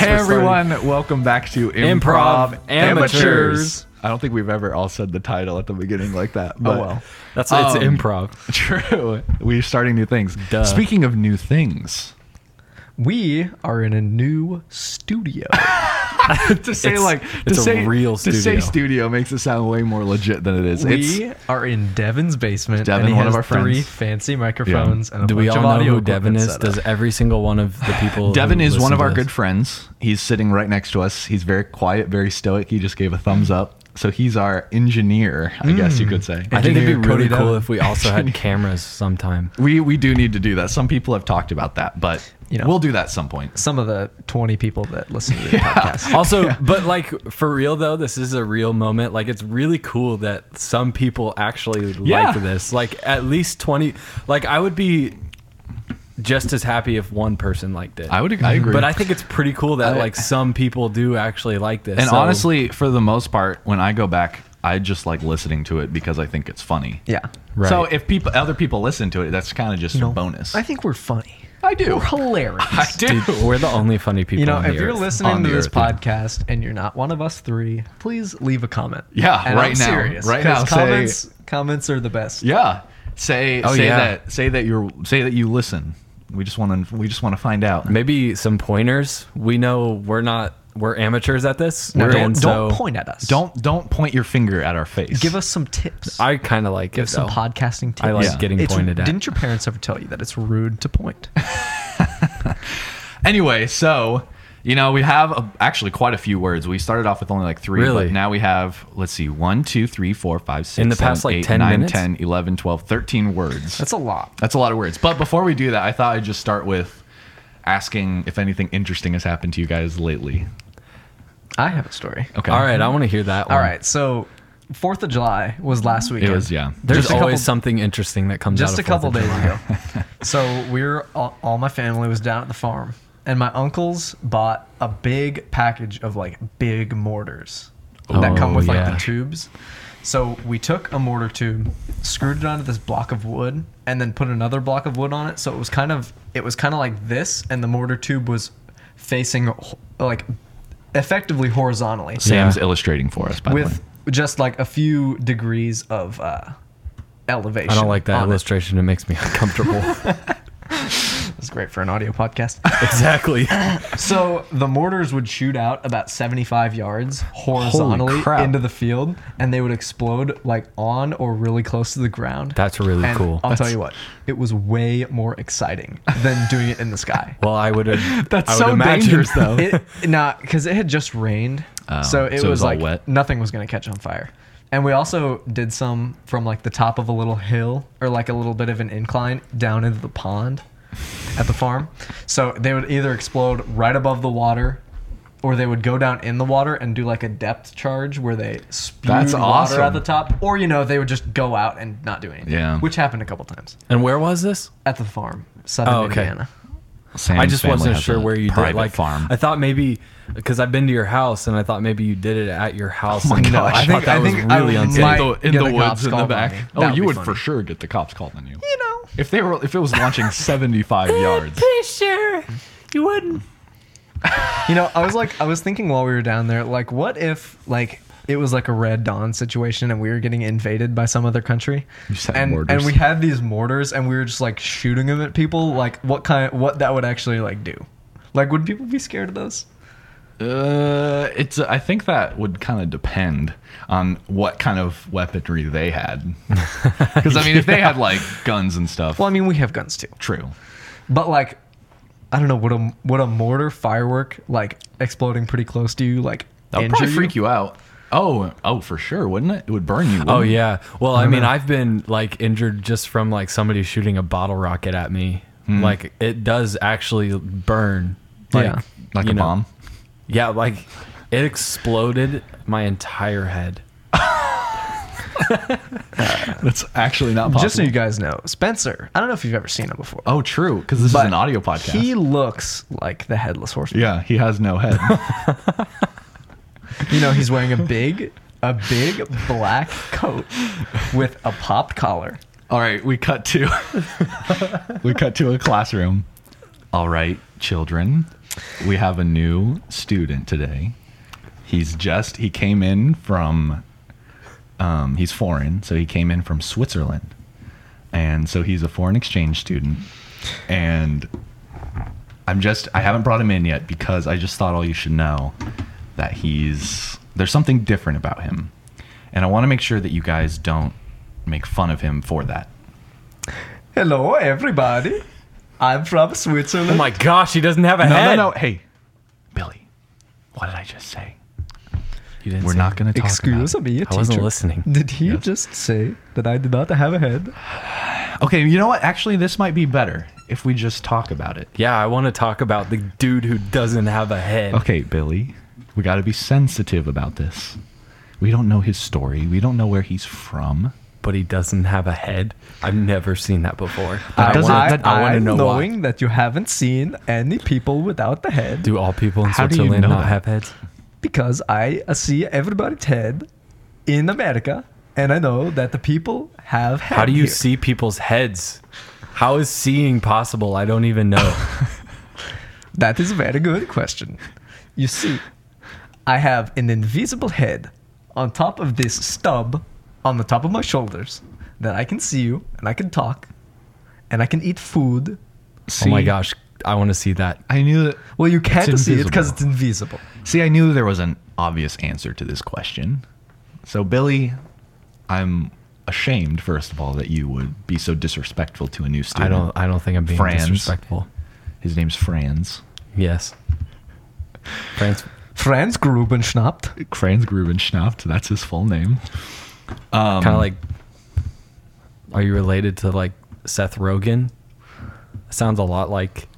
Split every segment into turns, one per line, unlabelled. everyone. Welcome back to Improv,
Improv Amateurs.
I don't think we've ever all said the title at the beginning like that. But
Oh well, that's it's
Um,
improv.
True. We're starting new things.
Duh.
Speaking of new things,
We are in a new studio.
to say
It's-
like
it's
to
a
say
real
to say
studio.
studio makes it sound way more legit than it is.
we
it's
are in Devin's basement.
Devin,
and he
one
has
of our friends.
three fancy microphones and a
Do
bunch
we all
of
know
audio
who
equipment
Devin is?
set
Does
up.
every single one of the people? who
Devin is one
listen
of
to
our
this-
good friends. He's sitting right next to us. He's very quiet, very stoic. He just gave a thumbs up. So he's our engineer, I guess you could say.
I think it'd be
Engineer
really
Cody
cool
Devin.
if we also had cameras sometime.
We we do need to do that. Some people have talked about that, but
You know.
we'll do that some point.
Some of the 20 people that listen to the podcast.
Also, but like for real though, this is a real moment. Like it's really cool that some people actually
Yeah.
like this. Like at least 20 like I would be just as happy if one person liked it.
I would I agree.
But I think it's pretty cool that
I-
like some people do actually like this.
and
So-
honestly, for the most part, when I go back, I just like listening to it because I think it's funny.
Yeah.
Right.
So if people other people listen to it, that's kind of just
No,
a bonus.
I think we're funny.
I do.
We're hilarious.
I do.
Dude, we're the only funny people.
You know,
on the
if you're
earth.
On
listening to
the
this
earth, yeah.
podcast and you're not one of us three, please leave a comment.
Yeah,
And
right
I'm
now.
serious,
Right
'cause
now, say-
Comments, comments are the best.
Yeah. Say
Oh,
say
yeah.
that say that you're say that you listen. We just want to we just want to find out.
maybe some pointers. We know we're not we're amateurs at this.
No,
We're-
don't,
and
don't
so
point at us.
Don't don't point your finger at our face.
give us some tips.
I kind of like
Give
it
some
though.
podcasting tips.
I like
Yeah.
getting
It's-
pointed at.
Didn't your parents ever tell you that it's rude to point?
Anyway, so you know we have a, actually quite a few words. We started off with only like three,
Really?
but now we have let's see, one, two, three, four, five, six,
In the
seven,
past, like,
eight,
10
nine,
minutes?
10, 11, 12, 13 words.
That's a lot.
That's a lot of words. But before we do that, I thought I'd just start with asking if anything interesting has happened to you guys lately.
I have a story.
Okay.
All right, I want to hear that. One.
All right, so Fourth of July was last
It
weekend.
was yeah.
There's
Just a
always
couple-
something interesting that comes out.
just
of
a couple
Fourth
days
of July.
ago. so we were all, all my family was down at the farm, and my uncles bought a big package of like big mortars that come
Oh,
with
yeah.
like the tubes. So we took a mortar tube, screwed it onto this block of wood, and then put another block of wood on it. So it was kind of it was kind of like this, and the mortar tube was facing h- like effectively horizontally
Sam's
Yeah.
illustrating for us by
with
the way.
just like a few degrees of uh, elevation.
I don't like that
on it.
illustration. It makes me uncomfortable.
It's great for an audio podcast.
exactly.
so the mortars would shoot out about 75 yards horizontally
crap.
into the field, and they would explode like on or really close to the ground.
That's really
And
cool.
I'll tell you what, it was way more exciting than doing it in the sky.
Well, I would have.
That's
I would
so
imagine-
dangerous, though.
it, nah, because it had just rained,
Oh,
so it
so it was
was,
all
like
wet.
nothing was gonna catch on fire. And we also did some from like the top of a little hill or like a little bit of an incline down into the pond at the farm. So they would either explode right above the water, or they would go down in the water and do like a depth charge where they spew
That's
water
awesome.
out the top, or you know they would just go out and not do anything.
Yeah.
which happened a couple times
And where was this?
at the farm, southern
Oh, okay.
Indiana.
Sam's
I just
family
wasn't
has
sure
a
where you
private
did. Like,
farm.
I thought maybe because I've been to your house, and I thought maybe you did it at your house.
my
and
gosh.
I
I
thought
think-
that
Oh I
was
think I
really
might-
unsafe.
Yeah, the- in the cops called on me. That
Oh,
would
you
be
would
funny.
for sure get the cops called on you.
You know,
If they were, if it was launching seventy-five yards,
sure you wouldn't.
You know, I was like, I was thinking while we were down there, like, what if, like, it was like a red dawn situation and we were getting invaded by some other country,
You just had
and
mortars.
and we had these mortars and we were just like shooting them at people. Like, what kind, what that would actually like do? Like, would people be scared of those?
uh, it's. I think that would kind of depend on what kind of weaponry they had. Because I mean, if they had like guns and stuff,
Well, I mean, we have guns too,
true.
but like, I don't know, would a would a mortar firework like exploding pretty close to you like
That would
injure
probably freak you out. Oh, oh, for sure, wouldn't it? It would burn you. wouldn't
Oh
it?
yeah. Well, I, mean, I've been like injured just from like somebody shooting a bottle rocket at me.
Hmm.
Like it does actually burn. Like,
Yeah.
like
you
a
know.
bomb.
Yeah, like it exploded my entire head.
That's actually not possible.
Just so you guys know, Spencer. I don't know if you've ever seen him before.
oh, true. Because this is
but
an audio podcast.
He looks like the headless horseman.
yeah, he has no head.
You know, he's wearing a big, a big black coat with a popped collar.
All right, we cut to we cut to a classroom. All right, children, we have a new student today. He's just he came in from um, he's foreign, so he came in from Switzerland. And so he's a foreign exchange student. And I'm just I haven't brought him in yet because I just thought all you should know that he's there's something different about him. And I want to make sure that you guys don't make fun of him for that.
Hello, everybody. I'm from Switzerland.
Oh my gosh, he doesn't have a
No,
head.
no, no. Hey, Billy, what did I just say?
You didn't
We're
say
not going to talk
Excuse
about it.
me, teacher.
I wasn't listening.
Did he
Yes.
just say that I did not have a head?
Okay, you know what? Actually, this might be better if we just talk about it.
Yeah, I want to talk about the dude who doesn't have a head.
Okay, Billy, we got to be sensitive about this. We don't know his story. We don't know where he's from.
But he doesn't have a head. I've never seen that before.
That
I
doesn't-
want,
that-
I want to
I'm
know why.
knowing that you haven't seen any people without the head
Do all people in
How do you
Switzerland
know
not
that?
have heads?
because I uh, see everybody's head in America, and I know that the people have head.
How do you
here.
see people's heads? How is seeing possible? I don't even know.
That is a very good question. You see, I have an invisible head on top of this stub on the top of my shoulders that I can see you and I can talk and I can eat food.
oh my
See,
gosh, I want to see that.
I knew that.
Well, you can't see it because
invisible.
it's invisible.
See, I knew there was an obvious answer to this question. So, Billy, I'm ashamed, first of all, that you would be so disrespectful to a new
I
student.
don't. I don't think I'm being
Franz.
disrespectful.
His name's Franz.
Yes. Franz.
Franz Grubenschnapt.
Franz Grubenschnaft. That's his full name. Um,
kind of like are you related to like seth rogen sounds a lot like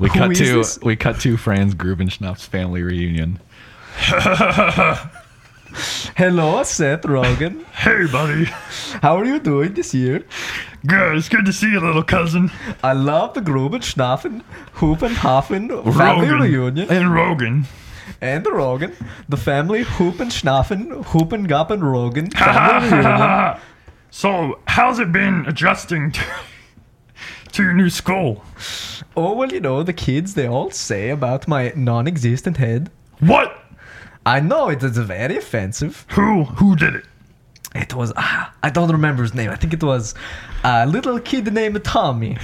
we
Who
cut
is
to
this?
we cut to Franz Grubenschnaft's family reunion.
Hello, Seth Rogen.
Hey, buddy.
How are you doing this year?
Good. It's good to see you, little cousin.
I love the Grubenschnaffen, Hoopenhafen family reunion.
and Rogan.
and the Rogan, the family hoop and schnaffen, hoop and gop and Rogan, family reunion.
So, how's it been adjusting to, to your new school?
Oh, well, you know, the kids, they all say about my non existent head.
What?
I know it is very offensive.
Who? Who did it?
It was, ah, I don't remember his name. I think it was a little kid named Tommy.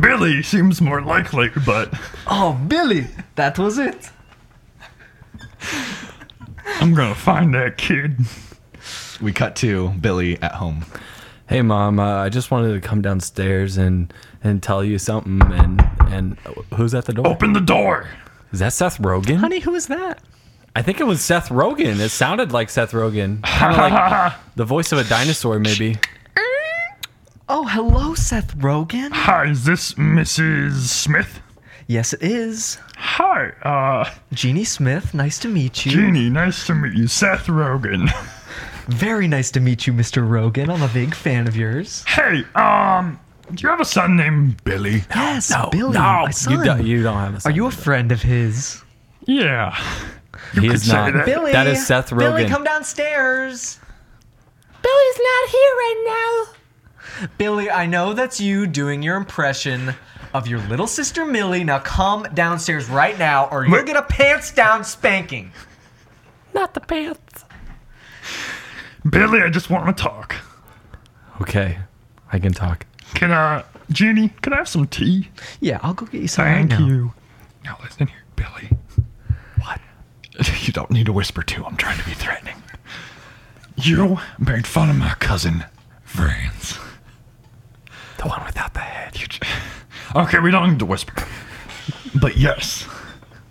Billy seems more likely, but
Oh, Billy, that was it.
I'm gonna find that kid.
We cut to Billy at home.
hey mom uh, i just wanted to come downstairs and and tell you something and and who's at the door
Open the door.
is that seth rogen
Honey, who is that?
i think it was seth rogen it sounded like seth rogen kind of like the voice of a dinosaur maybe
Oh, hello, Seth Rogan.
Hi, is this Mrs. Smith?
Yes, it is.
Hi, uh,
Jeannie Smith, nice to meet you.
Jeannie, nice to meet you. Seth Rogen.
Very nice to meet you, Mr. Rogan. I'm a big fan of yours.
Hey, um, do you have a son named Billy?
Yes, Billy,
no,
my
you
son.
you, do, you don't have a
Are
son.
you a friend of his?
Yeah.
he is
say
not
that.
Billy.
that is seth rogen
Billy, come downstairs.
Billy's not here right now.
Billy, I know that's you doing your impression of your little sister Millie. Now come downstairs right now, or you'll get a pants down spanking.
Not the pants.
Billy, I just want to talk.
okay i can talk
Can, uh, Jeannie, can I have some tea?
Yeah, I'll go get you some
Thank
right now.
you. Now listen here, Billy.
What?
You don't need to whisper too. I'm trying to be threatening. You made fun of my cousin, Franz.
the one without the head
You j- okay, we don't need to whisper. But yes.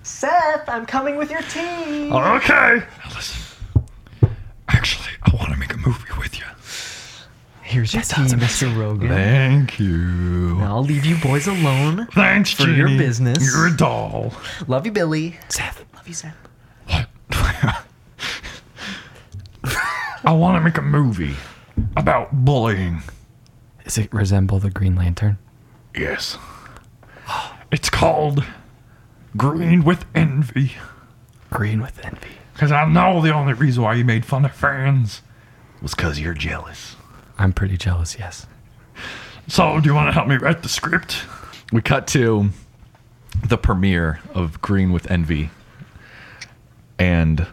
Seth, I'm coming with your tea.
Okay. Now listen. Actually, I want to make a movie with you.
Here's your tea, Mr. Rogan.
Thank you.
Now I'll leave you boys alone.
Thanks,
For your
Jeannie.
business.
You're a doll.
Love you, Billy.
seth
Love you, Seth.
What? I want to make a movie about bullying.
does it resemble the green lantern
Yes. It's called Green with Envy.
green with envy
Because I know the only reason why you made fun of friends was because you're jealous.
I'm pretty jealous, yes.
So, do you want to help me write the script?
We cut to the premiere of Green with Envy, and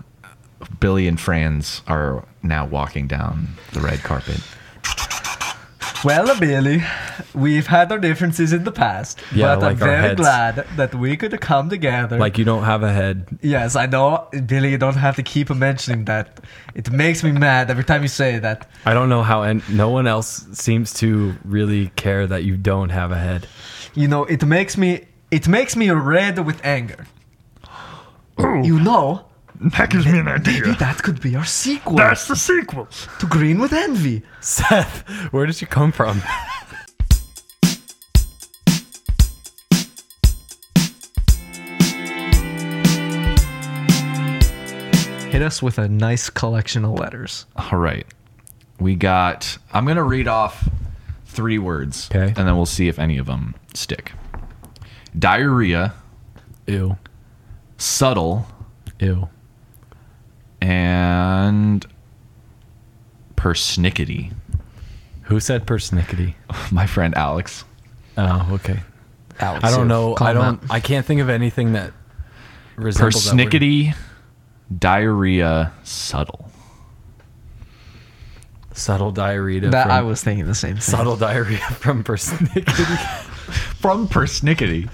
Billy and Franz are now walking down the red carpet.
Well, Billy, we've had our differences in the past, but
Yeah,
I'm
like our
very
heads.
glad that we could come together.
Like you don't have a head.
yes, I know, Billy. You don't have to keep mentioning that. It makes me mad every time you say that.
I don't know how, and no one else seems to really care that you don't have a head.
You know, it makes me it makes me red with anger. You know,
That gives me an
maybe
idea.
that could be our sequel
That's the sequels.
to Green with Envy.
Seth, where did you come from?
Hit us with a nice collection of letters.
All right, we got. I'm gonna read off three words,
Okay.
and then we'll see if any of them stick. Diarrhea,
Ew,
subtle,
ew.
and persnickety.
Who said persnickety?
My friend Alex.
Oh, okay.
Alex,
I don't
you
know.
call
I
them
don't.
out.
I can't think of anything that resembles that word.
Persnickety, diarrhea, subtle.
Subtle diarrhea.
That
from,
I was thinking the same thing.
subtle diarrhea from persnickety.
From persnickety.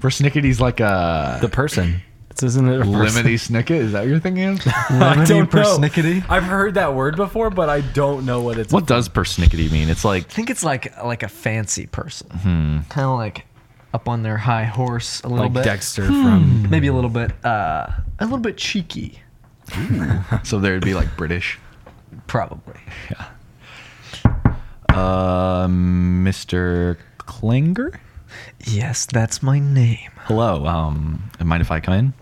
Persnickety's like a
the person. It's, isn't it a person?
lemony snicket. Is that what you're thinking of?
I don't know.
persnickety?
I've heard that word before, but I don't know what it's.
what does persnickety mean? It's like
I think it's like like a fancy person, kind of like up on their high horse a little
like
bit,
Dexter from
maybe a little bit, uh, a little bit cheeky,
so there'd be like British.
probably.
Uh, Mr. Klinger?
Yes, that's my name.
Hello. Um mind if I come in?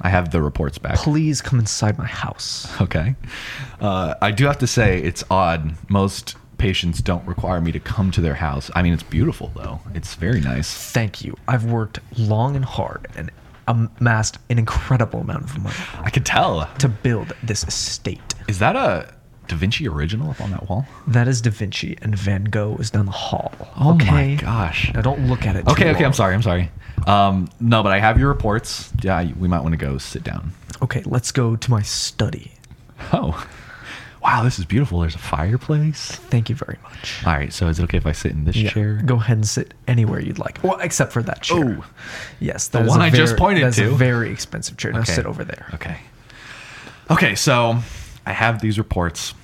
I have the reports back.
Please come inside my house.
Okay. Uh, I do have to say it's odd. Most patients don't require me to come to their house. I mean, it's beautiful though. It's very nice.
Thank you. I've worked long and hard and amassed an incredible amount of money
I could tell.
to build this estate.
Is that a Da Vinci original up on that wall?
That is Da Vinci, and Van Gogh is down the hall.
Oh
okay?
my gosh.
Now don't look at it.
Okay,
too
okay, I'm
long.
sorry, I'm sorry. Um, no, but I have your reports. Yeah, we might want to go sit down.
Okay, let's go to my study.
Oh, wow, this is beautiful. There's a fireplace.
Thank you very much.
All right, so is it okay if I sit in this
Yeah,
chair?
Go ahead and sit anywhere you'd like. Well, except for that chair.
Oh.
yes, the
one I just pointed
that's
to.
A very expensive chair. Now
Okay.
sit over there.
Okay. Okay, so I have these reports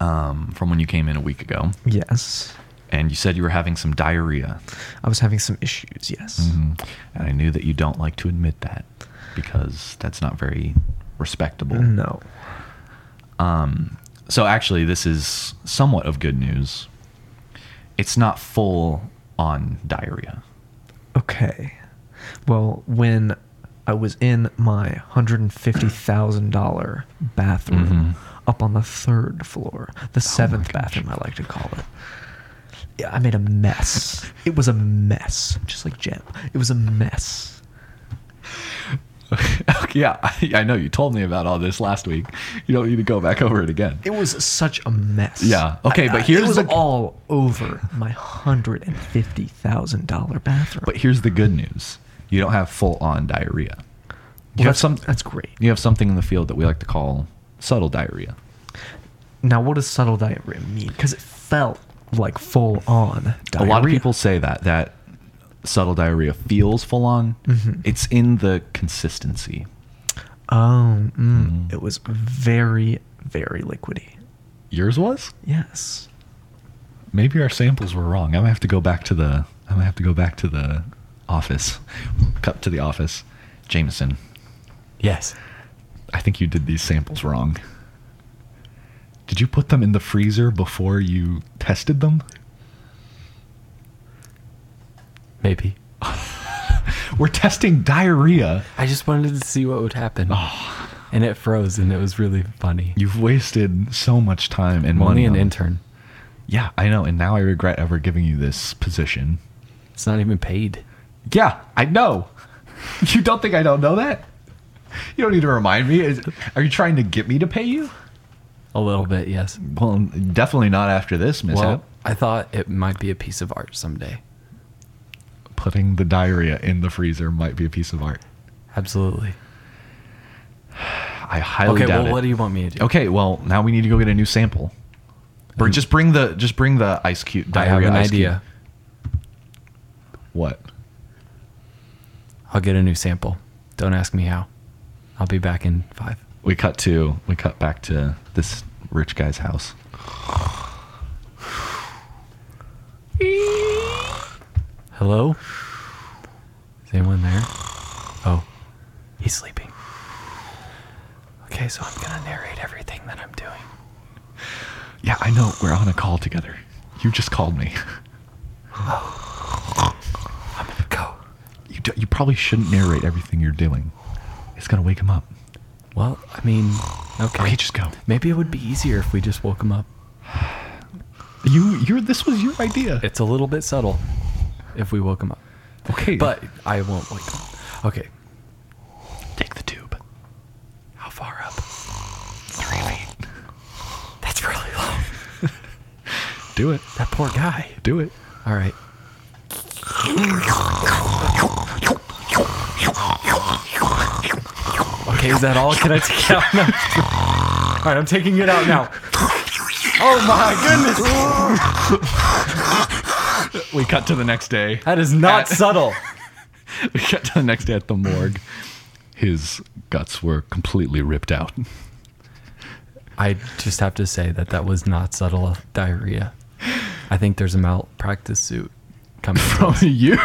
um, from when you came in a week ago,
Yes,
and you said you were having some diarrhea,
I was having some issues. Yes,
and I knew that you don't like to admit that because that's not very respectable.
no,
So actually, this is somewhat of good news. It's not full on diarrhea.
okay. Well, when I was in my hundred and fifty thousand dollar bathroom
Mm-hmm.
up on the third floor,
Oh
the seventh bathroom, I like to call it. Yeah, I made a mess. it was a mess, just like Jim. It was a mess.
yeah, I, I know you told me about all this last week. You don't need to go back over it again.
It was such a mess.
Yeah. Okay,
I-
but
I-
here's
it was
the-
all over my hundred and fifty thousand dollar bathroom.
But here's the good news: you don't have full on diarrhea. You
Well,
have
that's,
some.
that's great.
You have something in the field that we like to call subtle diarrhea.
Now, what does subtle diarrhea mean? Because it felt like full on diarrhea.
A lot of people say that that subtle diarrhea feels full on. It's in the consistency.
Oh, mm,
Mm-hmm.
it was very, very liquidy.
Yours was.
Yes.
Maybe our samples were wrong. I'm gonna have to go back to the. I'm gonna have to go back to the office. Cut to the office. Jameson,
yes.
I think you did these samples wrong. Did you put them in the freezer before you tested them?
Maybe.
We're testing diarrhea.
I just wanted to see what would happen, and it froze, and it was really funny.
You've wasted so much time and
I'm
money.
only an
on-
intern.
Yeah, I know. And now I regret ever giving you this position.
It's not even paid.
Yeah, I know. You don't think I don't know that? You don't need to remind me. Is, are you trying to get me to pay you?
A little bit, yes.
Well, definitely not after this mishap.
Well, I thought it might be a piece of art someday.
putting the diarrhea in the freezer might be a piece of art.
Absolutely.
I highly
Okay,
doubt
well,
it.
what do you want me to do?
okay, well now we need to go get a new sample. Mm. Or just bring the just bring the ice cube.
I have
diarrhea
an
ice cube.
idea.
What?
I'll get a new sample. Don't ask me how. I'll be back in five.
We cut to we cut back to this rich guy's house.
Hello? Is anyone there? Oh, he's sleeping. Okay, so I'm gonna narrate everything that I'm doing.
Yeah, I know. We're on a call together. You just called me.
Go.
You, do, you probably shouldn't narrate everything you're doing. It's gonna wake him up.
Well, I mean, okay.
Okay, just go.
Maybe it would be easier if we just woke him up.
You, you're. This was your idea.
It's a little bit subtle if we woke him up.
Okay,
But I won't wake him. Okay,
take the tube.
how far up?
Three feet.
That's really low.
Do it.
That poor guy.
Do it.
All right. Okay, is that all? Can I take it out now? All right, I'm taking it out now. Oh my goodness,
We cut to the next day.
that is not subtle.
We cut to the next day at the morgue. His guts were completely ripped out.
I just have to say that that was not subtle diarrhhea. I think there's a malpractice suit coming.
From you.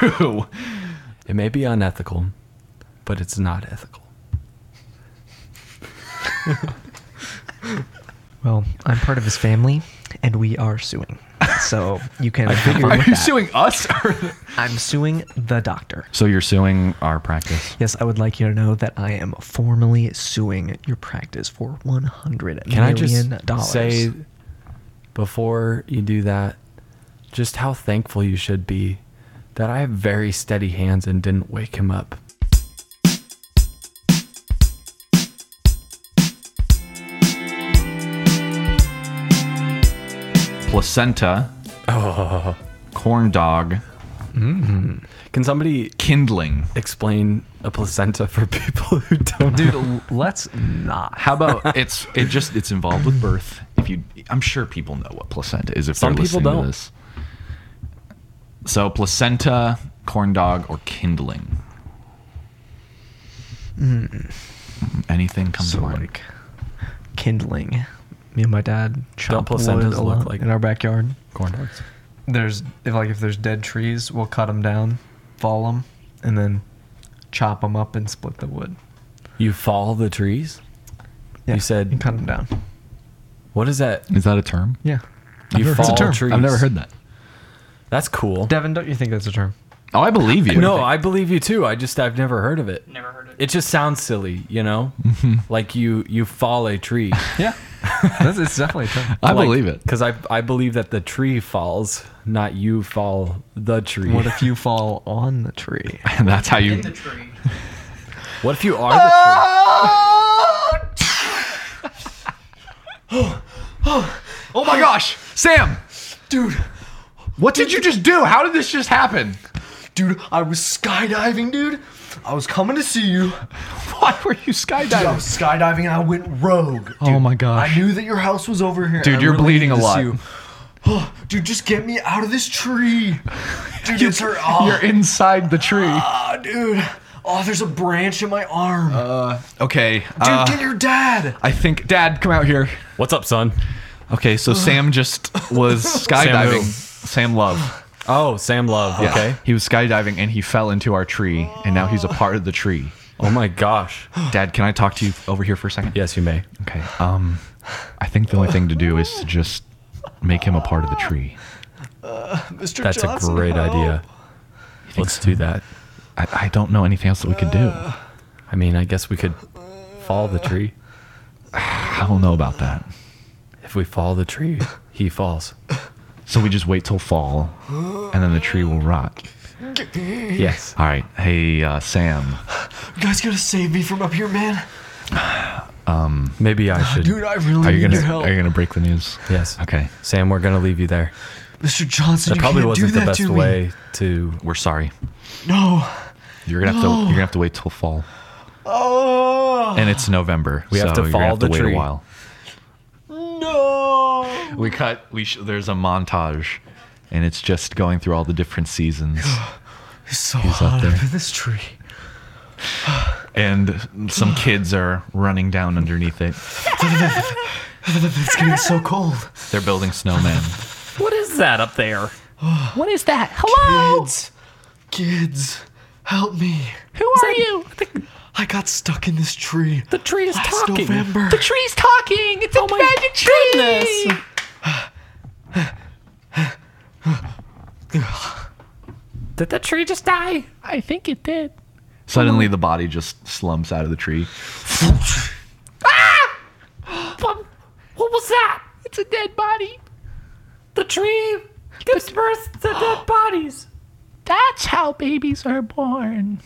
It may be unethical, but it's not ethical.
Well, I'm part of his family, and we are suing. So you can. have fun
Are
with
you
that.
suing us?
I'm suing the doctor.
so you're suing our practice.
Yes, I would like you to know that I am formally suing your practice for one hundred
Can I
million
just
dollars.
say before you do that, just how thankful you should be that I have very steady hands and didn't wake him up.
Placenta. Oh. Corn dog.
Can somebody
Kindling.
explain a placenta for people who don't?
dude, l- let's not.
How about it's it just it's involved with birth. If you, I'm sure people know what placenta is if
Some
they're
people
listening
don't.
to this. So placenta, corn dog, or kindling. Hmm. Anything comes
So
to mind.
like kindling. Me and my dad chop wood
placentas
a
look
lot
like-
in our backyard.
corn dogs.
There's if like if there's dead trees, we'll cut them down, fall them, and then chop them up and split the wood.
You fall the trees?
Yeah,
You said-
and cut them down.
What is that?
Is that a term?
Yeah,
You
never heard- it's a
fall
term. I've
trees.
I've never heard that.
That's cool.
Devin, don't you think that's a term?
Oh, I believe you.
No, I believe you too. I just I've never heard of it. Never heard of it. It just sounds silly, you know? Like you you fall a tree.
Yeah, that's, it's definitely a term.
I believe it.
Because I, I believe that the tree falls, not you fall the tree.
What if you fall on the tree?
And that's how you.
What if you are the
Oh my gosh, Sam, dude, what did you just do? How did this just happen?
Dude, I was skydiving, dude. I was coming to see you.
Why were you
Dude, I
skydiving?
was skydiving and I went rogue. Dude,
Oh my gosh.
I knew that your house was over here.
Dude,
and I
you're
really
bleeding
needed
a
to
lot.
see you. Oh, dude, just get me out of this tree. Dude, it's her. Oh,
You're inside the tree.
ah, dude. Oh, there's a branch in my arm.
Okay.
dude,
uh,
get your dad.
I think Dad, come out here.
tree? What's up, son?
Okay, so Sam just was skydiving. Sam Love.
Oh, Sam Love.
Yeah.
Okay.
He was skydiving and he fell into our tree, and now he's a part of the tree.
Oh my gosh.
Dad, can I talk to you over here for a second?
Yes, you may.
Okay. Um, I think the only thing to do is to just make him a part of the tree.
Mr.
That's
Johnson,
a great
help.
idea. Let's do that.
I, I don't know anything else that we could do.
I mean, I guess we could fall
Uh,
the tree.
I don't know about that.
If we fall the tree, he falls.
So we just wait till fall, and then the tree will rot.
Yes.
All right. Hey, uh, Sam.
You guys gotta save me from up here, man.
Maybe I should.
Dude, I really
Are you
need your
gonna
help.
Are you gonna break the news?
Yes.
Okay.
Sam, we're going to leave you there.
Mr. Johnson,
That
you
probably
can't
wasn't
do
the
that
best
to me.
way to.
We're sorry.
No.
You're gonna have to. You're gonna have to wait till fall,
Oh
and it's November.
We have
so
to
you're
fall
gonna have to
the
wait
tree.
a while.
no!
We cut. We sh- there's a montage, and it's just going through all the different seasons.
It's so
up
hot
there.
up in this tree.
and some kids are running down underneath it.
It's getting so cold.
They're building snowmen.
What is that up there?
What is that? Hello?
Kids, kids, help me!
Who are you? The,
I got stuck in this tree.
the tree is
Last
talking.
November.
The tree's talking. It's a magic tree.
goodness.
Did the tree just die? I think it did.
Suddenly, the body just slumps out of the tree.
But what was that? It's a dead body. The tree gives birth to dead bodies.
That's how babies are born.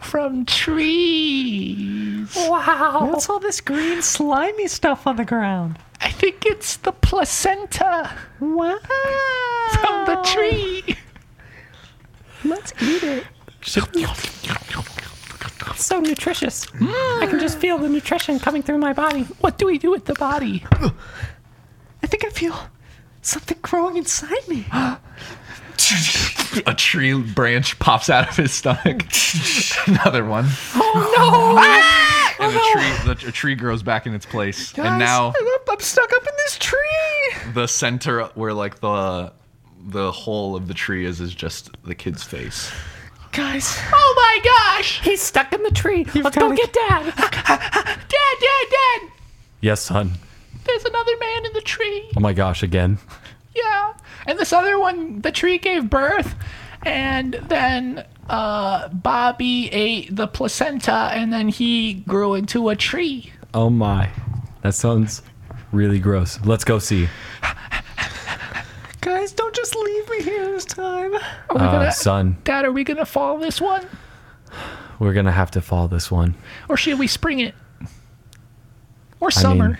From trees.
Wow.
What's all this green slimy stuff on the ground?
I think it's the placenta
Wow.
from the tree.
Let's eat it. It's so nutritious. I can just feel the nutrition coming through my body.
What do we do with the body?
I think I feel something growing inside me.
A tree branch pops out of his stomach. Another one. Oh no! And the tree, the, a tree grows back in its place, and now
I'm stuck up in this tree.
the center, where like the the whole of the tree is, is just the kid's face.
Guys,
Oh my gosh! He's stuck in the tree. Let's go
gotta-
get dad. dad, dad, dad!
Yes, son.
There's another man in the tree.
Oh my gosh, again.
Yeah. And this other one, the tree gave birth, and then uh, Bobby ate the placenta, and then he grew into a tree.
Oh my. That sounds really gross. Let's go see.
guys, don't just leave me here this time.
Are we
Uh,
gonna,
son,
Dad, are we gonna follow this one,
we're gonna have to follow this one.
or should we spring it? Or summer?
I mean,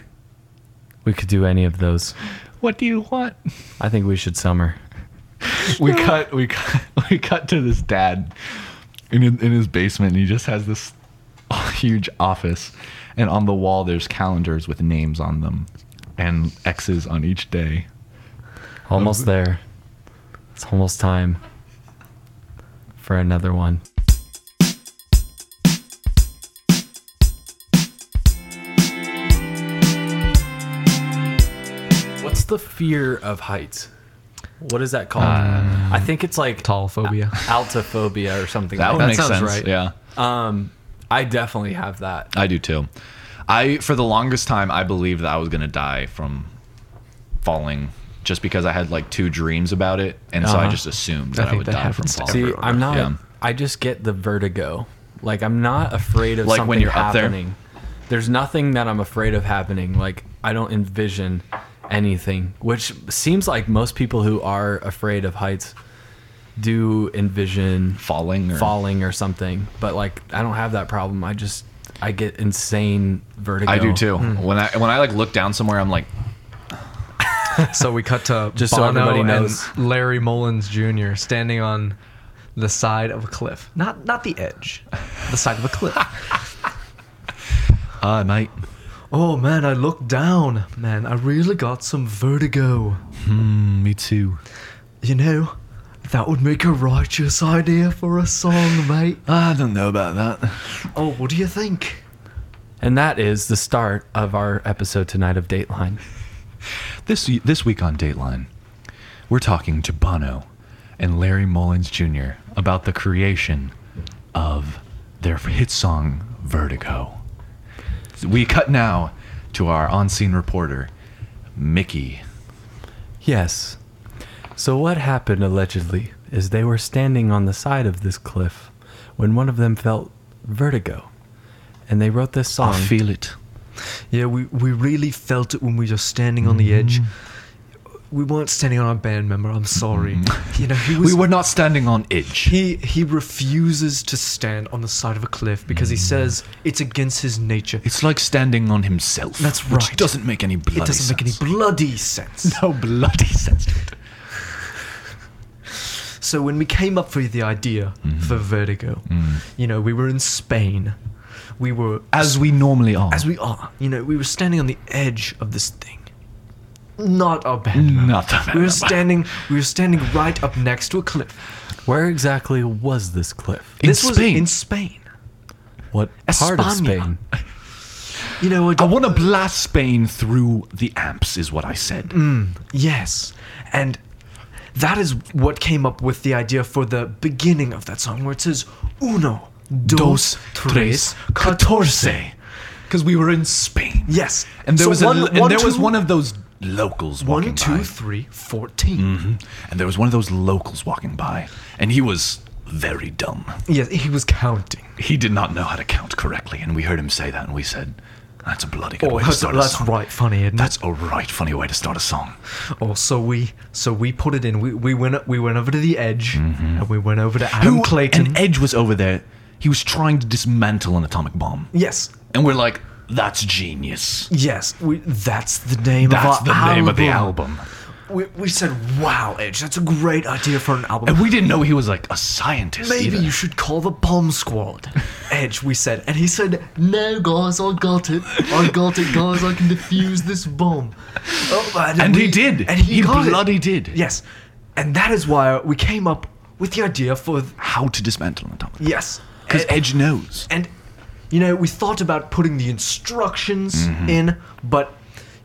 we could do any of those.
what do you want?
I think we should summer.
we cut we cut we cut to this dad in his, in his basement and he just has this huge office and on the wall there's calendars with names on them and x's on each day
Almost there. It's almost time for another one. What's the fear of heights? What is that called? I think it's like
Tall phobia.
altophobia or something.
that
like
would make
sounds
sense
right.
yeah
I definitely have that.
i do too i for the longest time i believed that i was gonna die from falling just because i had like two dreams about it and so i
Uh-huh.
just assumed that i,
think
would
that
die from
happens to
falling
See, I'm not.
Yeah.
I just get the vertigo. Like I'm not afraid of
Like
something
when you're up there?
happening. There's nothing that I'm afraid of happening. Like I don't envision anything, which seems like most people who are afraid of heights do envision
falling or
falling or something. But like I don't have that problem. I just I get insane vertigo.
i do too when i when i like look down somewhere i'm like
So we cut to
Just so
Bono
everybody
and
knows.
Larry Mullins Jr. standing on the side of a cliff, not not the edge, the side of a cliff.
ah night
oh man, I looked down. Man, I really got some vertigo.
Hmm,
me too
You know, that would make a righteous idea for a song, mate.
"Ah, I don't know about that.
Oh, what do you think?
And that is the start of our episode tonight of Dateline.
This this week on Dateline, we're talking to Bono and Larry Mullins Jr. about the creation of their hit song Vertigo. We cut now to our on-scene reporter, Mickey.
Yes. So what happened allegedly is they were standing on the side of this cliff when one of them felt vertigo, and they wrote this song.
it. Mm-hmm.
Yeah, we, we really felt it when we were standing on the edge. we weren't standing on a band member. I'm sorry. You know, he was
Mm-hmm. We were not standing on edge.
He he refuses to stand on the side of a cliff because
Mm-hmm.
he says it's against his nature.
It's like standing on himself.
That's
Which
right.
doesn't make any bloody
it doesn't make any
sense.
bloody sense.
no bloody sense. to it.
So when we came up with the idea
Mm-hmm.
for Vertigo, you know, we were in Spain. We were
As we normally are.
as we are. You know, we were standing on the edge of this thing. Not our band. member.
Not a
We were
member.
standing we were standing right up next to a cliff.
Where exactly was this cliff?
In
this was
Spain.
in Spain.
What part of
España.
Spain?
You know, like-
I want to blast Spain through the amps, is what I said.
Yes. And that is what came up with the idea for the beginning of that song where it says uno, dos, tres, catorce.
Because we were in Spain.
Yes.
And there
So
was a, and there was
two-
one of those locals walking
one, two,
by. Mm-hmm.
three, 14.
And there was one of those locals walking by. And he was very dumb.
Yes, he was counting.
He did not know how to count correctly. And we heard him say that. And we said, that's a bloody good
Oh,
way to
that's,
start a
that's
song.
right, funny, isn't it?
That's a right funny way to start a song.
Oh, so we so we put it in. We, we went we went over to the edge, and we went over to Adam
Mm-hmm. Who-
Clayton.
And Edge was over there. He was trying to dismantle an atomic bomb.
yes,
And we're like, that's genius.
yes, we, that's the name
That's
of
the
our album.
name of the album.
We, we said, "Wow, Edge, that's a great idea for an album."
And we didn't know he was like a scientist.
Maybe
either.
you should call the bomb squad. Edge, we said. And he said, No, guys, I got it. I got it, guys. I can defuse this bomb. Oh,
And he
we-
did.
And he,
He
got it.
bloody did.
Yes. And that is why we came up with the idea for.
How to dismantle an atomic bomb.
Yes.
Because Edge knows.
And, you know, we thought about putting the instructions in, but.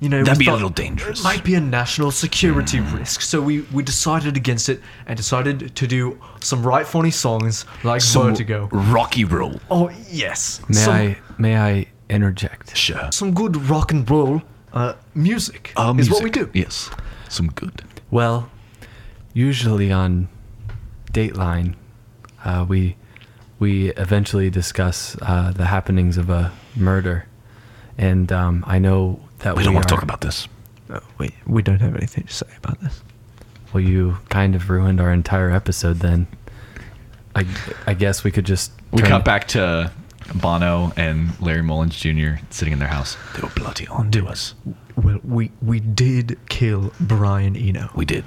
You know, we
Mm-hmm. That'd be a
thought
little dangerous. Mm-hmm.
It might be a national security risk, so we, we decided against it and decided to do some right funny songs like
Some
Vertigo.
Rocky roll.
Oh yes.
May
some,
I may I interject?
Sure.
some good rock and roll uh, music
Uh,
is what we do.
music. Yes. Some good.
Well, usually on Dateline, uh, we we eventually discuss uh, the happenings of a murder, and um, I know that
We don't want
are-
to talk about this.
Oh, wait, we don't have anything to say about this.
Well, you kind of ruined our entire episode. Then, I I guess we could just
We
turn-
cut back to Bono and Larry Mullins Jr. sitting in their house. They were bloody onto us.
Well, we we did kill Brian Eno.
We did.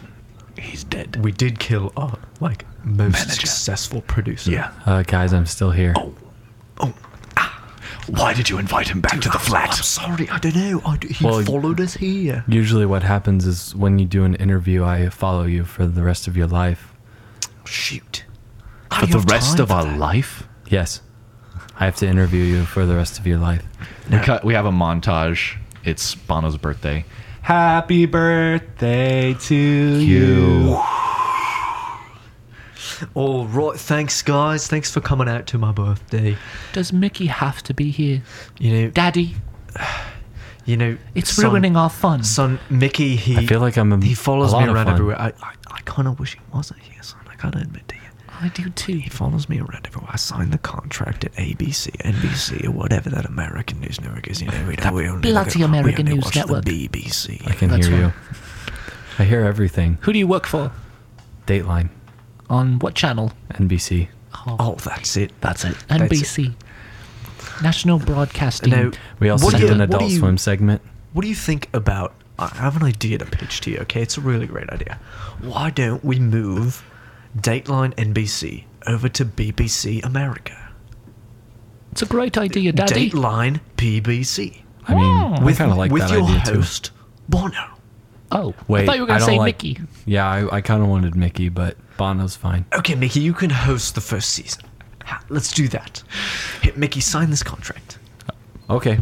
He's dead.
We did kill our like most
Manager.
successful producer.
yeah.
Uh, guys, I'm still here.
Oh. Why did you invite him back to the
I'm
flat?
sorry, I don't know. I d he
Well,
followed us here.
Usually, what happens is when you do an interview, I follow you for the rest of your life.
Shoot.
For the rest of our life?
Yes, I have to interview you for the rest of your life.
We cut. We have a montage. It's Bono's birthday. Happy birthday to you.
All right, thanks guys. Thanks for coming out to my birthday.
Does Mickey have to be here?
You know,
Daddy,
you know,
it's
son-
ruining our fun.
Son Mickey, he
I feel like I'm. A,
he follows
a lot
me
of
around
fun.
everywhere. I, I, I kind of wish he wasn't here, son. I gotta admit to you,
I do too.
he follows me around everywhere. I signed the contract at ABC, NBC, or whatever that American news network is. You know, we don't, we only look
bloody
at- we
American
only
news
watch
network.
the BBC.
I can
That's
hear
fine.
you. I hear everything.
Who do you work for?
Dateline,
On what channel?
NBC.
Oh, that's it.
That's it.
That's it.
NBC. National Broadcasting.
Now,
Mm. We also
what do
did
you-
an
what do
Adult
you-
Swim segment.
What do you think about? I have an idea to pitch to you. Okay, it's a really great idea. Why don't we move Dateline NBC over to BBC America?
it's a great idea, Daddy.
Dateline BBC.
I mean,
with,
I kind of like
with
that
your
idea too.
host, Bono.
Oh, I
Wait,
thought you were going
I
to
don't
say
like-
Um,
Mickey.
Yeah, I, I kind of wanted Mickey, but Bono's fine.
Okay, Mickey, you can host the first season. Ha, Let's do that. Hey, Mickey, sign this contract.
Okay,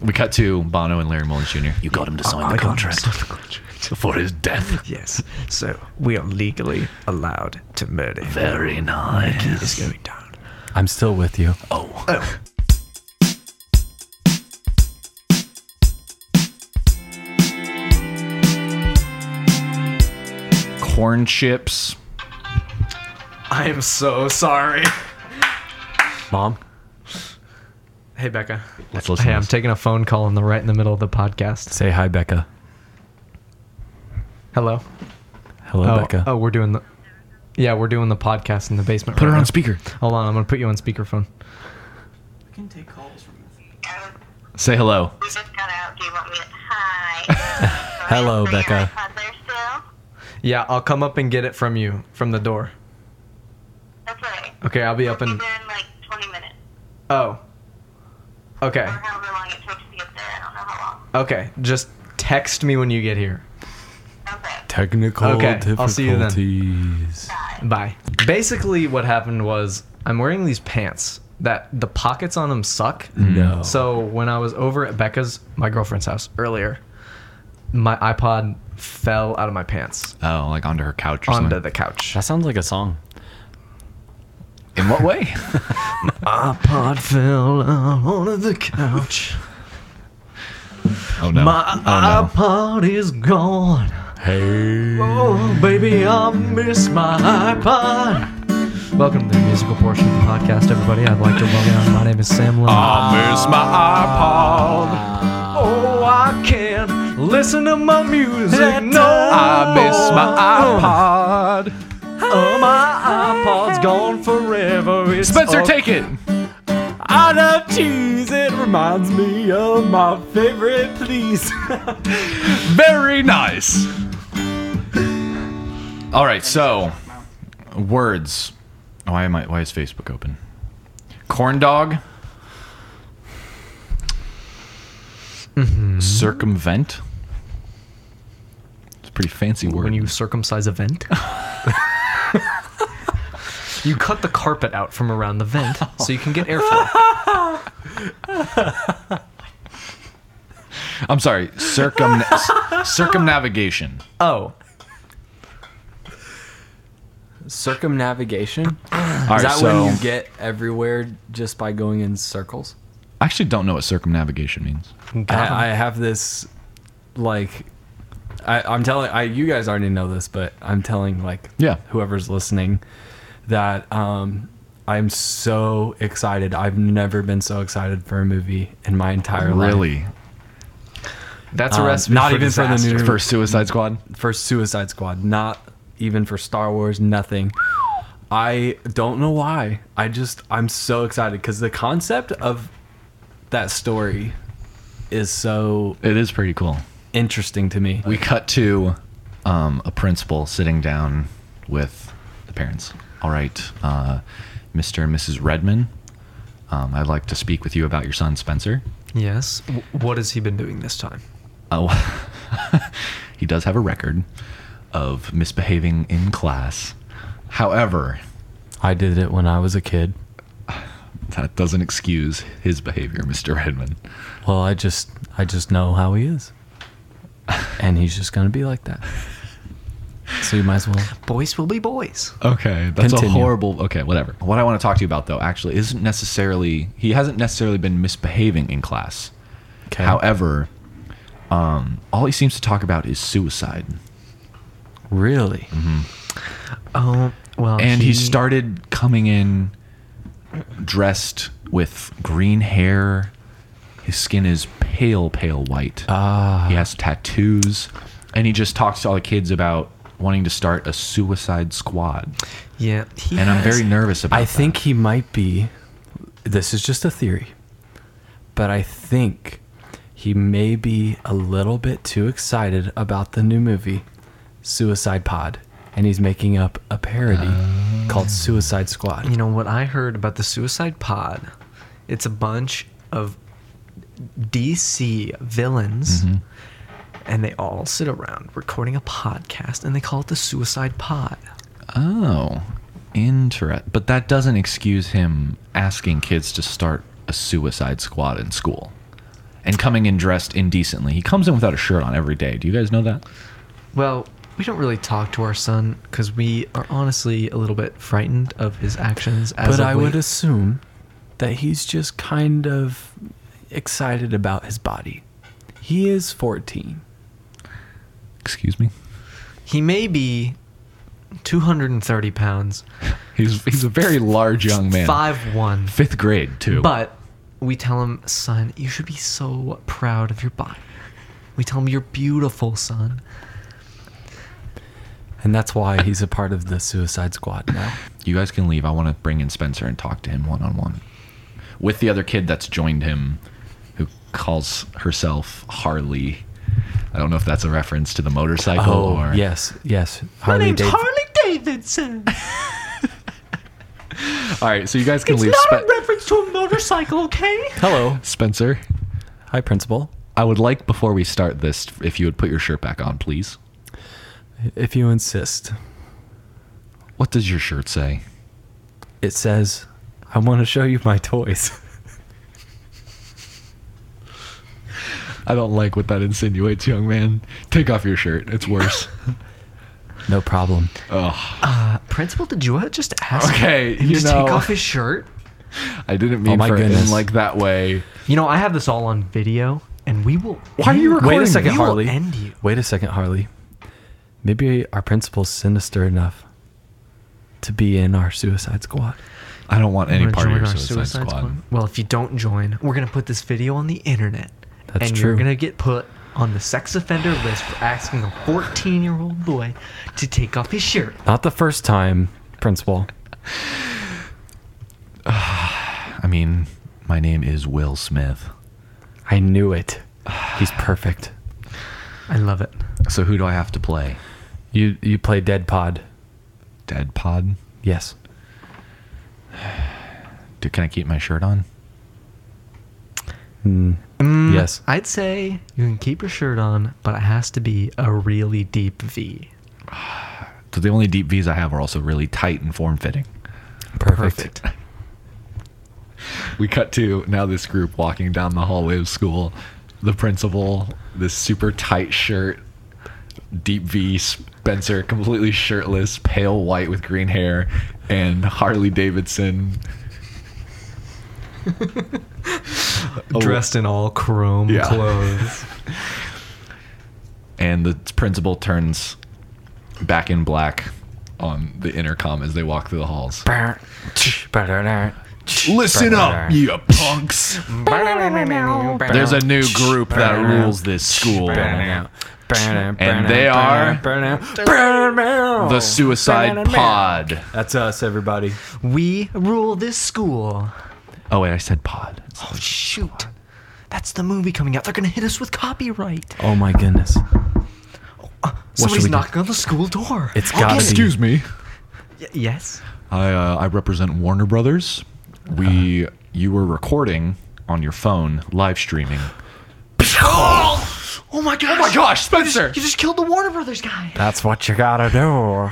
We cut to Bono and Larry Mullins Jr. You got him to sign the
I got him to
contract
sign the contract.
before his death.
yes. So we are legally allowed to murder. him.
Very nice.
It's going down.
I'm still with you.
Oh,
Corn chips.
I am so sorry.
Mom,
Hey, Becca.
Let's listen.
Hey,
to
I'm
this.
taking a phone call in the right in the middle of the podcast.
say hi, Becca.
Hello.
Hello,
Oh,
Becca.
oh, we're doing the. Yeah, we're doing the podcast in the basement.
Put
right
her
now.
on speaker.
Hold on, I'm gonna put you on speakerphone.
can take calls from
Say hello.
We just got out. Do you want me to? Hi. Are
Hello,
your
Becca.
iPod there still?
Yeah, I'll come up and get it from you from the door.
That's right.
Okay, I'll be up
We'll
in.
be there in like 20 minutes,
Oh. Okay.
or however long it takes to get there. I don't know how long.
Okay. Just text me when you get here.
Okay.
Technical
Okay,
difficulties.
I'll see you then. Bye. Basically, what happened was I'm wearing these pants that the pockets on them suck.
No.
So when I was over at Becca's, my girlfriend's house earlier, my iPod fell out of my pants
Oh, like onto her couch or
onto
something.
the couch.
that sounds like a song.
In what way?
iPod fell out onto the couch.
Oh no.
My iPod is gone.
Hey.
Oh, baby, I miss my iPod. Welcome to the musical portion of the podcast, everybody. I'd like to welcome. My name is Sam Lynn.
miss my iPod.
Oh, I can't listen to my music. No,
I miss my iPod.
Oh, my iPod's gone forever. It's
Spencer,
all-
take it.
I love cheese. It reminds me of my favorite please.
Very nice. All right, so words.
Why am I? Why is Facebook open? Corn dog. Circumvent.
It's a pretty fancy word.
When you circumcise a vent, you cut the carpet out from around the vent so you can get airflow.
I'm sorry. Circum s- circumnavigation.
Oh,
Circumnavigation?
All right,
Is that
so
when you get everywhere just by going in circles?
I actually don't know what circumnavigation means. Uh-huh.
I, I have this, like, I, I'm telling I you guys already know this, but I'm telling like
Yeah.
whoever's listening that um, I'm so excited. I've never been so excited for a movie in my entire life.
Really?
that's
Um,
a recipe.
not
for
even for the
disaster.
new-
For Suicide Squad?
for Suicide Squad, not even for Star Wars, nothing. I don't know why. I just I'm so excited because the concept of that story is so
It is pretty cool.
interesting to me.
We cut to um, a principal sitting down with the parents. All right, uh, Mr. and Mrs. Redman, um, I'd like to speak with you about your son, Spencer.
Yes. W- what has he been doing this time?
Oh, he does have a record of misbehaving in class. However,
I did it when I was a kid.
that doesn't excuse his behavior, Mr. Redman.
Well, I just I just know how he is, and he's just gonna be like that. So you might as well.
Boys will be boys.
Okay, that's
Continue.
a horrible. Okay, whatever. What I want to talk to you about, though, actually, isn't necessarily he hasn't necessarily been misbehaving in class.
Okay.
However, um, all he seems to talk about is suicide,
really?
Oh, well.
and he started coming in dressed with green hair. His skin is pale, pale white. Ah. He has tattoos, and he just talks to all the kids about wanting to start a suicide squad.
Yeah. He
And I'm
has-
very nervous about.
I
that.
think he might be. This is just a theory, but I think he may be a little bit too excited about the new movie, Suicide Pod, and he's making up a parody called Suicide Squad.
You know what I heard about the Suicide Pod? It's a bunch of DC villains, and they all sit around recording a podcast, and they call it the Suicide Pod.
Oh, interesting. But that doesn't excuse him asking kids to start a suicide squad in school and coming in dressed indecently. He comes in without a shirt on every day. Do you guys know that?
Well, we don't really talk to our son because we are honestly a little bit frightened of his actions. As
But
of
I
late.
would assume that he's just kind of excited about his body. He is 14.
Excuse me.
he may be 230 pounds,
He's he's a very large young man.
five one.
Fifth grade too.
But we tell him, son, you should be so proud of your body. We tell him you're beautiful, son.
And that's why he's a part of the Suicide Squad now.
You guys can leave. I want to bring in Spencer and talk to him one on one with the other kid that's joined him, who calls herself Harley. I don't know if that's a reference to the motorcycle
Oh,
or
yes, yes. Harley Dav-
Davidson.
All right, so you guys can leave. Spe-
reference to a motorcycle, okay?
Hello.
Spencer,
Hi, Principal.
I would like before we start this if you would put your shirt back on, please.
If you insist,
What does your shirt say?
it says, I want to show you my toys.
I don't like what that insinuates, young man. Take off your shirt. It's worse.
No problem.
Uh, Principal, did you just ask
Okay,
him
you
to
know.
take off his shirt?
I didn't mean
my
for it in
goodness.
like that way.
You know, I have this all on video, and we will.
Why are you
Wait
recording?
a
me?
second,
We will
Harley.
end you.
Wait a second, Harley. Maybe our principal's sinister enough to be in our Suicide Squad.
I don't want any
Wanna
part of
join
your
our
suicide, squad.
Well, if you don't join, we're gonna put this video on the internet,
That's
and
true.
you're gonna get put on the sex offender list for asking a 14-year-old boy to take off his shirt.
Not the first time, Principal.
I mean, my name is Will Smith.
I knew it. He's perfect.
I love it.
So who do I have to play?
You you play Dead Pod.
Dead Pod?
Yes.
Do, can I keep my shirt on?
Mm,
Mm,
Yes.
I'd say you can keep your shirt on, but it has to be a really deep V.
So the only deep V's I have are also really tight and form fitting.
perfect.
We cut to now this group walking down the hallway of school. The principal, this super tight shirt, deep V, Spencer, completely shirtless, pale white with green hair, and Harley Davidson.
Dressed in all chrome
Yeah.
clothes.
And the principal turns back in black on the intercom as they walk through the halls. Listen up, you punks! There's a new group that rules this school.
And
they are- The Suicide Pod.
That's us, everybody.
we rule this school.
Oh, wait, I said pod.
Oh shoot. That's the movie coming out. They're gonna hit us with copyright.
Oh my goodness.
Somebody's
should we do?
knocking on the school door.
It's
I'll
gotta
get it.
be-
Excuse me.
Y- yes.
I, uh, I represent Warner Brothers. We, you were recording on your phone, live streaming.
Oh my gosh.
Oh my gosh, Spencer!
You just killed the Warner Brothers guy.
That's what you gotta do.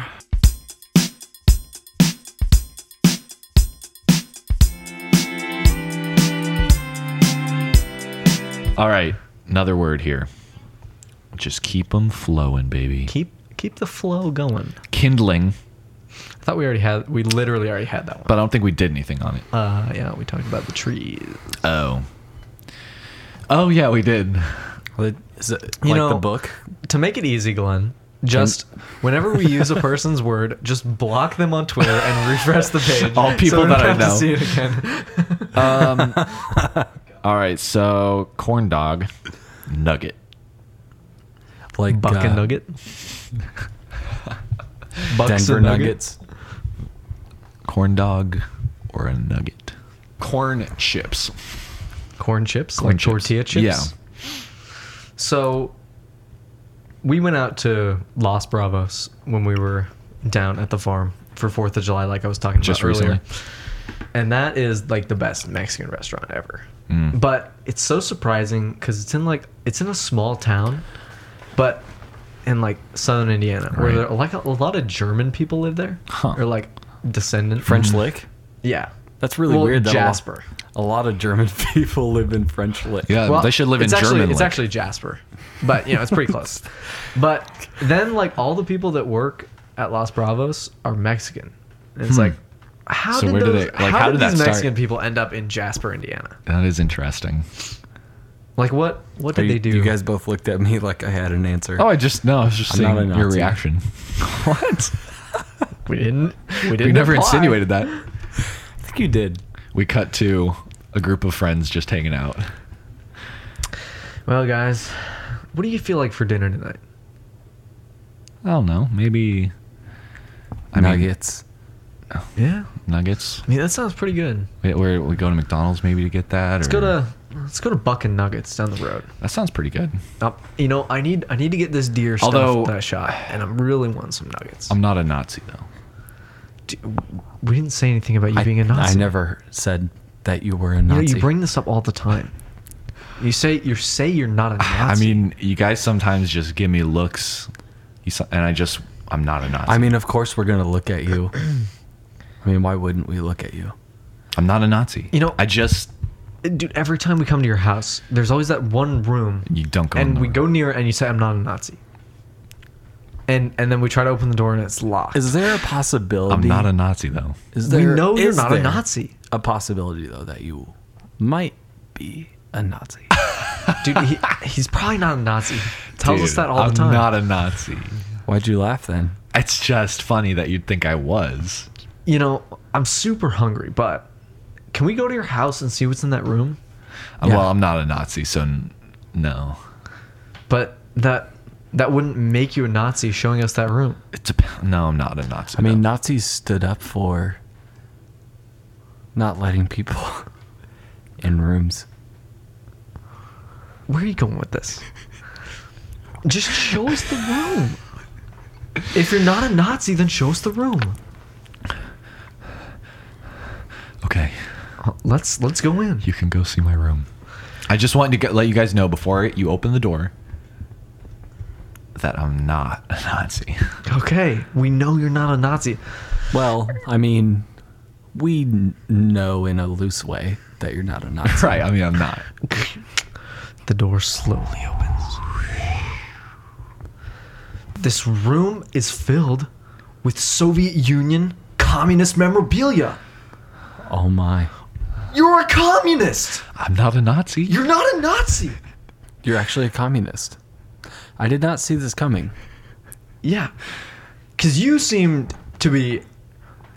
All right, another word here. Just keep them flowing, baby.
Keep keep the flow going.
Kindling,
I thought we already had we literally already had that one.
but I don't think we did anything on it.
Uh yeah, we talked about the trees.
Oh. Oh, yeah, we did.
Is it
You
like
know-
the book?
To make it easy, Glenn, just whenever we use a person's word, just block them on Twitter and refresh the page.
All people
we
that
don't
I
have
know.
To see it again.
Um, all right, so corn dog, nugget.
Like
Buck
uh,
and Nugget. Bucks
Denver
and Nugget.
Nuggets.
corn dog or a nugget? Corn chips.
Corn chips,
Corn
like
chips.
tortilla chips.
Yeah.
So we went out to Los Bravos when we were down at the farm for Fourth of July, like I was talking
Just
about earlier.
recently.
And that is like the best Mexican restaurant ever.
Mm.
But it's so surprising because it's in like it's in a small town, but in like southern Indiana, where
Right.
there like a, a lot of German people live there,
Huh.
or like descendant
French Lick.
Yeah,
That's really
Well,
weird. That a lo-
Jasper.
A lot of German people live in French Lick.
Yeah,
Well,
they should live
it's
in
actually,
German.
It's
like-
actually Jasper, but you know it's pretty close. But then, like all the people that work at Los Bravos are Mexican. And it's like, how
Hmm. So
did
where did
those,
it- like,
how,
how
did,
did that
these
start?
Mexican people end up in Jasper, Indiana?
that is interesting.
Like what what did
you,
they do?
You guys both looked at me like I had an answer.
Oh, I just no, I was just
I'm not
seeing
a
your
Nazi.
reaction. what?
we didn't we didn't
We never
apply.
insinuated that.
I think you did.
We cut to a group of friends just hanging out.
Well, guys, what do you feel like for dinner tonight?
I don't know. Maybe I mean-
nuggets.
Yeah.
Nuggets.
I mean, that sounds pretty good.
We, where we go to McDonald's maybe to get that.
Let's
or,
go to let's go to Buck and Nuggets down the road.
That sounds pretty good.
Uh, you know, I need I need to get this deer stuff
Although-
that I shot, and I really want some nuggets.
I'm not a Nazi though.
we didn't say anything about you being a Nazi.
I never said that you were a
You know,
Nazi.
you bring this up all the time. You say you say you're not a
Ah, I
Nazi.
mean, you guys sometimes just give me looks, you so- and I just I'm not a Nazi.
I mean, of course we're gonna look at you. I mean, why wouldn't we look at you?
I'm not a Nazi.
You know-
I just
dude, every time we come to your house, there's always that one room,
you don't go. in
and
the-
we go near, it and you say, "I'm not a Nazi," and and then we try to open the door, and it's locked.
Is there a possibility?
I'm not a Nazi though.
Is
we
there,
know you're
is
not a
there
Nazi,
A possibility though that you might be a Nazi.
dude. He, he's probably not a Nazi. He tells us
Dude,
that all
I'm
the time.
not a Nazi.
Why'd you laugh then?
It's just funny that you'd think I was.
you know, I'm super hungry, but can we go to your house and see what's in that room?
Uh, Well, I'm not a Nazi, so n- no.
But that that wouldn't make you a Nazi showing us that room.
It dep- no, I'm not a Nazi.
I mean,
no.
Nazis stood up for not letting people in rooms.
Where are you going with this? Just show us the room. If you're not a Nazi, then show us the room.
okay,
Uh, Let's let's go in.
you can go see my room. I just wanted to get, let you guys know before you open the door that I'm not a Nazi.
Okay, we know you're not a Nazi.
Well, I mean, we n- know in a loose way that you're not a Nazi.
right? I mean, I'm not.
The door slowly opens. This room is filled with Soviet Union communist memorabilia.
Oh my.
You're a communist.
I'm not a Nazi.
You're not a Nazi.
You're actually a communist. I did not see this coming.
Yeah. Because you seemed to be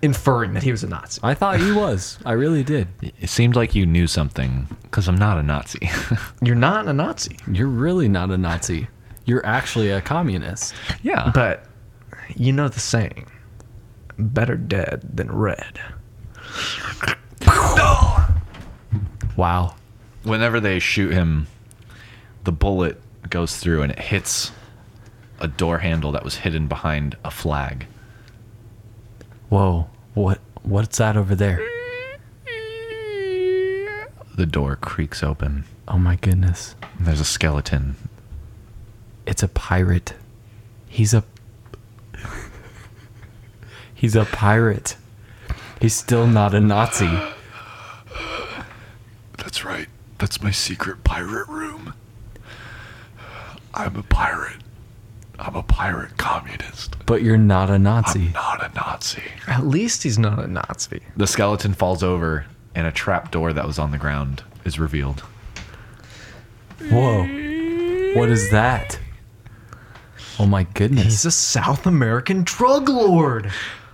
inferring that he was a Nazi.
I thought he was. I really did.
It seemed like you knew something because I'm not a Nazi.
You're not a Nazi.
You're really not a Nazi. You're actually a communist.
yeah.
But you know the saying better dead than red.
Wow.
whenever they shoot him, the bullet goes through and it hits a door handle that was hidden behind a flag.
Whoa. What what's that over there?
The door creaks open.
Oh my goodness.
And there's a skeleton.
It's a pirate. He's a He's a pirate. He's still not a Nazi.
That's right. That's my secret pirate room. I'm a pirate. I'm a pirate communist.
But you're not a Nazi.
Not a Nazi.
At least he's not a Nazi.
The skeleton falls over, and a trap door that was on the ground is revealed.
Whoa. What is that? Oh my goodness.
He's a South American drug lord.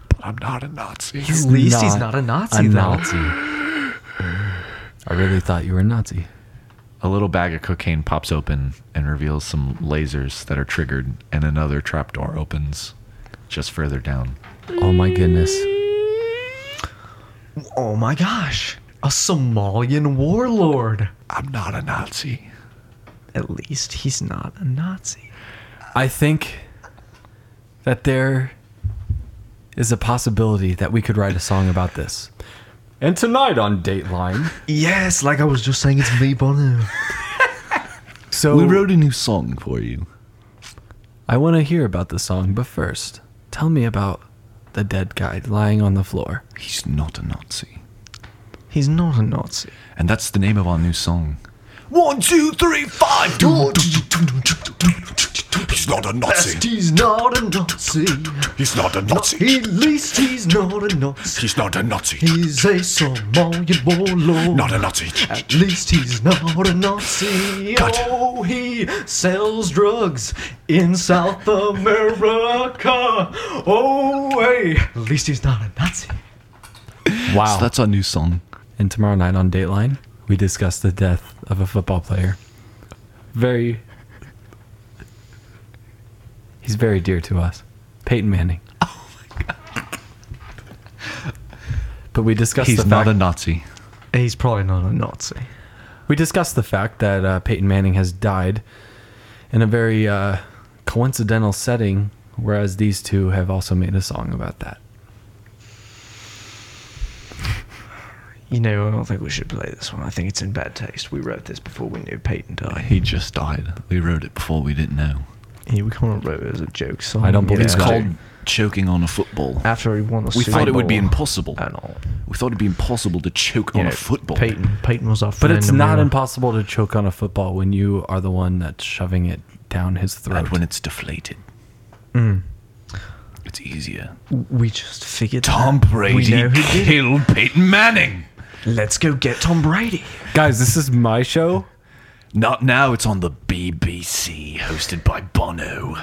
But I'm not a Nazi.
At least he's not a Nazi,
a
though.
Nazi. I really thought you were a Nazi.
A little bag of cocaine pops open and reveals some lasers that are triggered, and another trap door opens just further down.
Oh my goodness.
Oh my gosh. A Somalian warlord.
I'm not a Nazi.
At least he's not a Nazi.
I think that there is a possibility that we could write a song about this. And tonight on Dateline.
Yes, like I was just saying, it's me, Bono.
So
a new song for you.
I want to hear about the song, but first, tell me about the dead guy lying on the floor.
He's not a Nazi.
He's not a Nazi.
And that's the name of our new song.
One, two, three, five. He's not a
Best
Nazi.
he's not a Nazi.
He's not a Nazi.
At least he's not a Nazi.
He's not a Nazi.
He's a Somalian warlord.
Not a Nazi.
At least he's not a Nazi.
Cut.
Oh, he sells drugs in South America. Oh, hey. At least he's not a Nazi.
Wow.
So that's our new song.
and tomorrow night on Dateline, we discuss the death of a football player. Very.
Oh
He's very dear to us. Peyton Manning. But we discussed
He's
the
not
fact
a Nazi.
He's probably not a Nazi.
we discussed the fact that uh, Peyton Manning has died in a very uh, coincidental setting, whereas these two have also made a song about that.
You know, I don't think we should play this one. I think it's in bad taste. We wrote this before we knew Peyton died.
He just died. We wrote it before we didn't know.
Yeah, we kind of wrote it as a joke song.
I don't believe
It's
Yeah.
called choking on a football.
after he won the
We
Super
thought it would be
Bowl
impossible.
and all.
We thought it'd be impossible to choke
You
on a
know,
football.
Peyton, Peyton was our
But
friend.
it's
and we
not
were-
impossible to choke on a football when you are the one that's shoving it down his
And
throat.
when it's deflated,
Mm.
it's easier.
We just figured.
Tom Brady
know who did it.
killed Peyton Manning.
Let's go get Tom Brady.
Guys, this is my show.
Not now, it's on the BBC, hosted by Bono.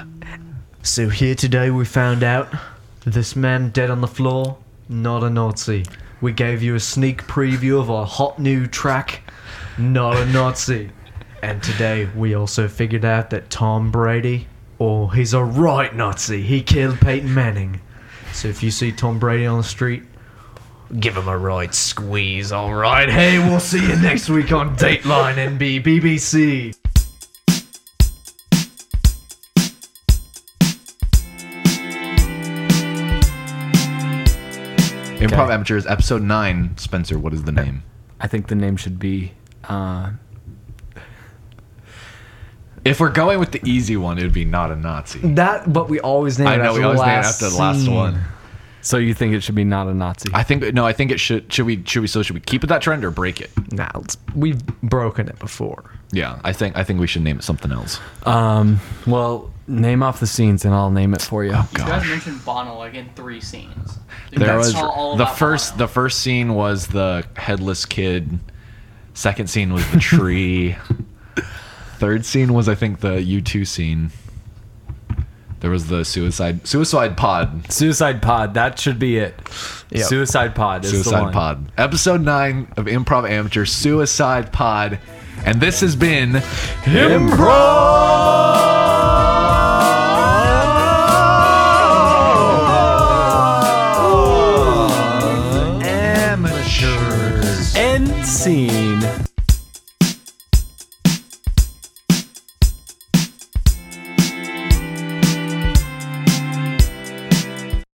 So here today we found out this man dead on the floor, not a Nazi. We gave you a sneak preview of our hot new track, not a Nazi. And today we also figured out that Tom Brady, oh, he's a right Nazi. He killed Peyton Manning. So if you see Tom Brady on the street, give him a right squeeze, all right? Hey, we'll see you next week on Dateline NB BBC.
Improv Amateurs, episode 9. Spencer, what is the name?
I think the name should be. Uh,
If we're going with the easy one, it would be Not a Nazi.
That, but we always name it
I know
after
we
the
always name it
last
after the last
scene.
one.
so you think it should be not a Nazi?
I think no. I think it should. Should we? Should we? So should we keep it that trend or break it?
Nah, let's, we've broken it before.
Yeah, I think. I think we should name it something else.
um, well, name off the scenes and I'll name it for you.
Oh,
You guys mentioned Bono like in three scenes. Dude,
There
that's
was
all- all
the
about
first.
Bono.
The first scene was the headless kid. Second scene was the tree. Third scene was I think the U two scene. There was the suicide suicide pod
Suicide Pod. That should be it. Suicide Pod is the
suicide
one.
pod episode nine of Improv Amateur Suicide Pod, and this has been Improv.